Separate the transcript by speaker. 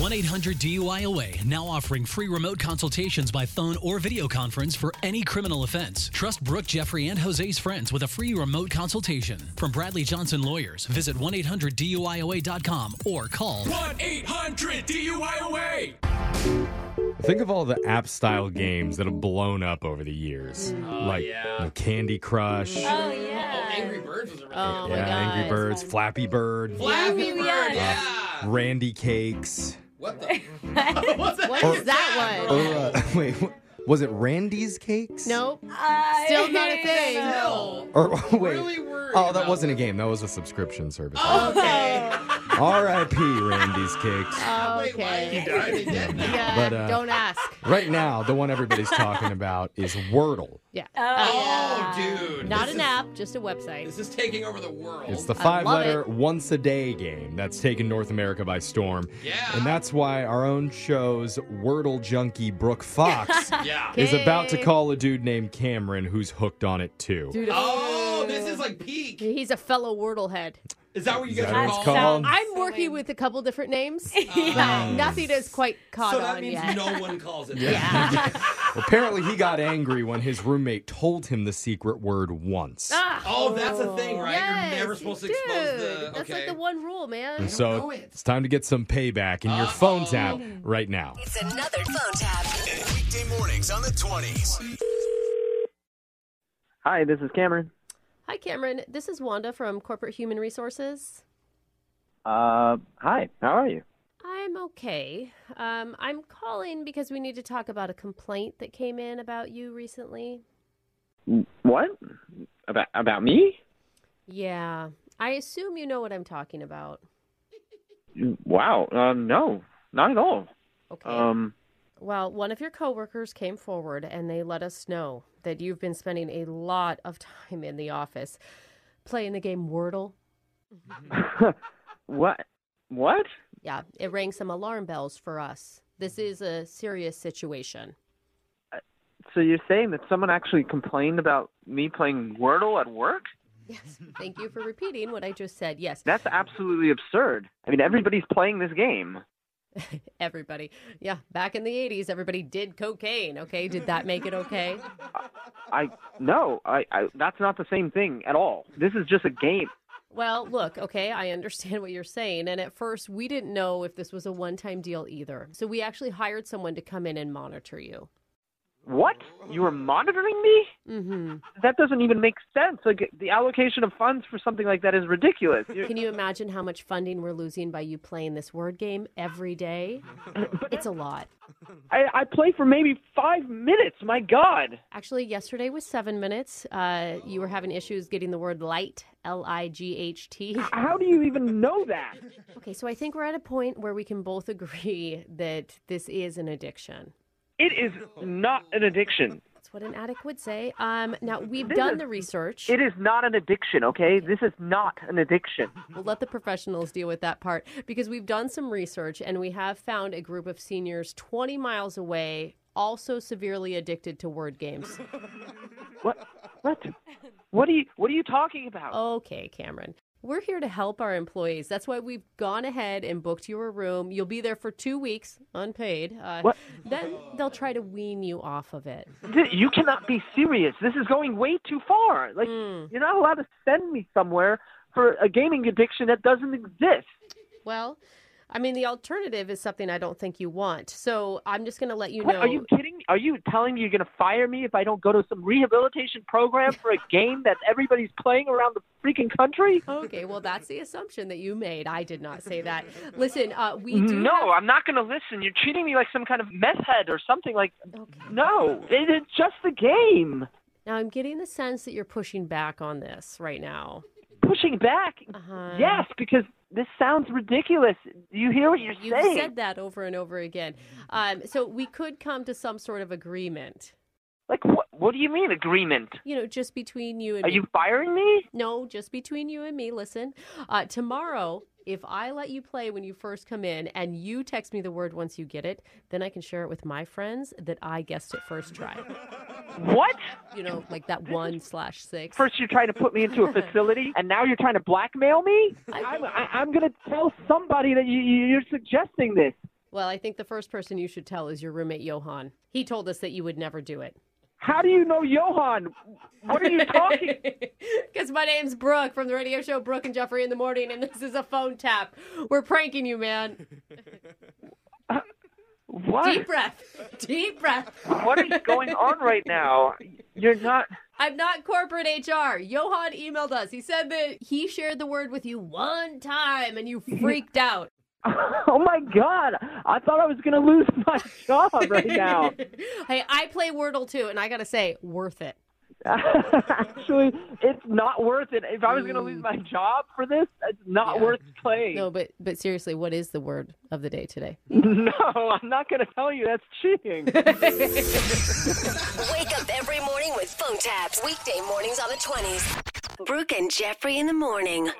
Speaker 1: 1 800 DUIOA now offering free remote consultations by phone or video conference for any criminal offense. Trust Brooke, Jeffrey, and Jose's friends with a free remote consultation. From Bradley Johnson Lawyers, visit 1 800 DUIOA.com or call
Speaker 2: 1 800 DUIOA.
Speaker 3: Think of all the app style games that have blown up over the years. like
Speaker 2: yeah.
Speaker 3: Candy Crush.
Speaker 4: Oh yeah.
Speaker 2: Angry Birds was a really
Speaker 4: Oh,
Speaker 2: good
Speaker 4: my
Speaker 3: yeah,
Speaker 4: God,
Speaker 3: Angry
Speaker 4: it's
Speaker 3: Birds,
Speaker 4: fun.
Speaker 3: Flappy Bird,
Speaker 2: Flappy
Speaker 4: Yeah.
Speaker 2: Bird,
Speaker 4: Yeah.
Speaker 2: yeah.
Speaker 3: Randy Cakes.
Speaker 2: What the?
Speaker 4: What is that
Speaker 3: Or,
Speaker 4: one?
Speaker 3: uh, wait, wh- was it Randy's Cakes?
Speaker 4: Nope.
Speaker 5: I
Speaker 4: Still not a thing.
Speaker 2: Hell.
Speaker 3: Or wait.
Speaker 2: Really worried
Speaker 3: oh, that
Speaker 2: about Oh,
Speaker 3: wasn't a game. That was a subscription service.
Speaker 2: Okay. Oh.
Speaker 3: R.I.P. Randy's Cakes.
Speaker 2: Wait, why is he
Speaker 4: Okay.
Speaker 2: dead? Is he dead now?
Speaker 4: Yeah,
Speaker 3: But, uh,
Speaker 4: don't ask.
Speaker 3: Right now, the one everybody's talking about is Wordle.
Speaker 4: Yeah.
Speaker 2: Oh, dude.
Speaker 4: Not
Speaker 2: this
Speaker 4: an
Speaker 2: is-
Speaker 4: app, just a website.
Speaker 2: This is taking over the world.
Speaker 3: It's the
Speaker 4: Oh, I love
Speaker 3: five letter once a day game that's taken North America by storm.
Speaker 2: Yeah.
Speaker 3: And that's why our own show's Wordle junkie, Brooke Fox,
Speaker 2: yeah.
Speaker 3: is about to
Speaker 4: Yay.
Speaker 3: call a dude named Cameron who's hooked on it too.
Speaker 4: Dude,
Speaker 2: Oh, this is like peak.
Speaker 4: he's a fellow Wordle head.
Speaker 2: Is that what you
Speaker 3: Is
Speaker 2: guys
Speaker 3: that
Speaker 2: are
Speaker 3: what it's
Speaker 2: calling?
Speaker 3: called?
Speaker 4: I'm working with a couple different names. Uh,
Speaker 2: Yeah.
Speaker 4: Nothing is quite caught
Speaker 2: So that
Speaker 4: on
Speaker 2: means
Speaker 4: yet.
Speaker 2: no one calls it.
Speaker 3: Apparently, he got angry when his roommate told him the secret word once.
Speaker 4: Ah.
Speaker 2: Oh, that's a thing, right?
Speaker 4: Yes,
Speaker 2: You're never supposed to
Speaker 4: dude,
Speaker 2: expose the.
Speaker 4: That's
Speaker 2: okay.
Speaker 4: like the one rule, man.
Speaker 3: and so
Speaker 2: know it.
Speaker 3: it's time to get some payback in your phone
Speaker 4: Oh.
Speaker 3: tap right now.
Speaker 5: It's another phone tap.
Speaker 6: Weekday mornings on the 20s.
Speaker 7: Hi, this is Cameron.
Speaker 4: Hi, Cameron. This is Wanda from Corporate Human Resources.
Speaker 7: Uh, hi, how are you?
Speaker 4: I'm okay. Um, I'm calling because we need to talk about a complaint that came in about you recently.
Speaker 7: What? About about me?
Speaker 4: Yeah, I assume you know what I'm talking about.
Speaker 7: Wow. Um, no, not at all.
Speaker 4: Okay.
Speaker 7: Um,
Speaker 4: Well, one of your coworkers came forward and they let us know that you've been spending a lot of time in the office playing the game Wordle.
Speaker 7: what? What?
Speaker 4: Yeah, it rang some alarm bells for us. This is a serious situation.
Speaker 7: So you're saying that someone actually complained about me playing Wordle at work?
Speaker 4: Yes. Thank you for repeating what I just said. Yes.
Speaker 7: That's absolutely absurd. I mean, everybody's playing this game.
Speaker 4: Everybody. Yeah, back in the 80s, everybody did cocaine, okay? Did that make it okay?
Speaker 7: I no, I, I that's not the same thing at all. This is just a game.
Speaker 4: Well, look, okay, I understand what you're saying. And at first, we didn't know if this was a one time deal either. So we actually hired someone to come in and monitor you.
Speaker 7: What? You were monitoring me?
Speaker 4: Mm hmm.
Speaker 7: That doesn't even make sense. Like the allocation of funds for something like that is ridiculous. You're-
Speaker 4: Can you imagine how much funding we're losing by you playing this word game every day? It's a lot.
Speaker 7: I, I play for maybe five minutes. My God.
Speaker 4: Actually, yesterday was seven minutes. Uh, you were having issues getting the word light, L I G H T.
Speaker 7: How do you even know that?
Speaker 4: Okay, so I think we're at a point where we can both agree that this is an addiction.
Speaker 7: It is not an addiction.
Speaker 4: That's what an addict would say. Um, now, we've done the research.
Speaker 7: It is not an addiction, okay? This is not an addiction.
Speaker 4: We'll let the professionals deal with that part because we've done some research and we have found a group of seniors 20 miles away also severely addicted to word games.
Speaker 7: What? What? What are you? What are you talking about?
Speaker 4: Okay, Cameron. We're here to help our employees. That's why we've gone ahead and booked you a room. You'll be there for two weeks, unpaid. Uh,
Speaker 7: What?
Speaker 4: Then they'll try to wean you off of it.
Speaker 7: Th- You cannot be serious. This is going way too far. Like you're not allowed to send me somewhere for a gaming addiction that doesn't exist.
Speaker 4: Well, I mean, the alternative is something I don't think you want. So I'm just going to let you
Speaker 7: What?
Speaker 4: know.
Speaker 7: Are you kidding? me? Are you telling me you're going to fire me if I don't go to some rehabilitation program for a game that everybody's playing around the freaking country?
Speaker 4: Okay, well, that's the assumption that you made. I did not say that. Listen, uh, we do.
Speaker 7: No, I'm not going to listen. You're treating me like some kind of meth head or something like. No, it, it's just the game.
Speaker 4: Now, I'm getting the sense that you're pushing back on this right now.
Speaker 7: Pushing back.
Speaker 4: Uh-huh.
Speaker 7: Yes, because this sounds ridiculous. Do you hear what you're
Speaker 4: You've
Speaker 7: saying?
Speaker 4: said that over and over again. Um, so we could come to some sort of agreement,
Speaker 7: like, what? What do you mean agreement?
Speaker 4: you know, just between you and
Speaker 7: Are
Speaker 4: me.
Speaker 7: you firing me?
Speaker 4: No, just between you and me. Listen, uh, tomorrow, if I let you play when you first come in and you text me the word once you get it, then I can share it with my friends that I guessed it first try.
Speaker 7: What?
Speaker 4: You know, like that one slash six.
Speaker 7: First, you're trying to put me into a facility, and now you're trying to blackmail me. I'm, I, I'm going to tell somebody that you, you- you're suggesting this.
Speaker 4: Well, I think the first person you should tell is your roommate Johan. He told us that you would never do it.
Speaker 7: How do you know Johan? What are you talking?
Speaker 4: Because my name's Brooke from the radio show Brooke and Jeffrey in the Morning, and this is a phone tap. We're pranking you, man. Deep
Speaker 7: What?
Speaker 4: breath. Deep breath.
Speaker 7: What is going on right now? You're not.
Speaker 4: I'm not corporate HR. Johan emailed us. He said that he shared the word with you one time and you freaked out.
Speaker 7: Oh my God! I thought I was going to lose my job right now.
Speaker 4: Hey, I play Wordle too, and I got to say, worth it.
Speaker 7: Actually, it's not worth it. If I was going to lose my job for this, it's not worth playing.
Speaker 4: No, but but seriously, what is the word of the day today?
Speaker 7: No, I'm not going to tell you. That's cheating.
Speaker 5: Wake up every morning with phone taps. Weekday mornings on the 20s. Brooke and Jeffrey in the morning.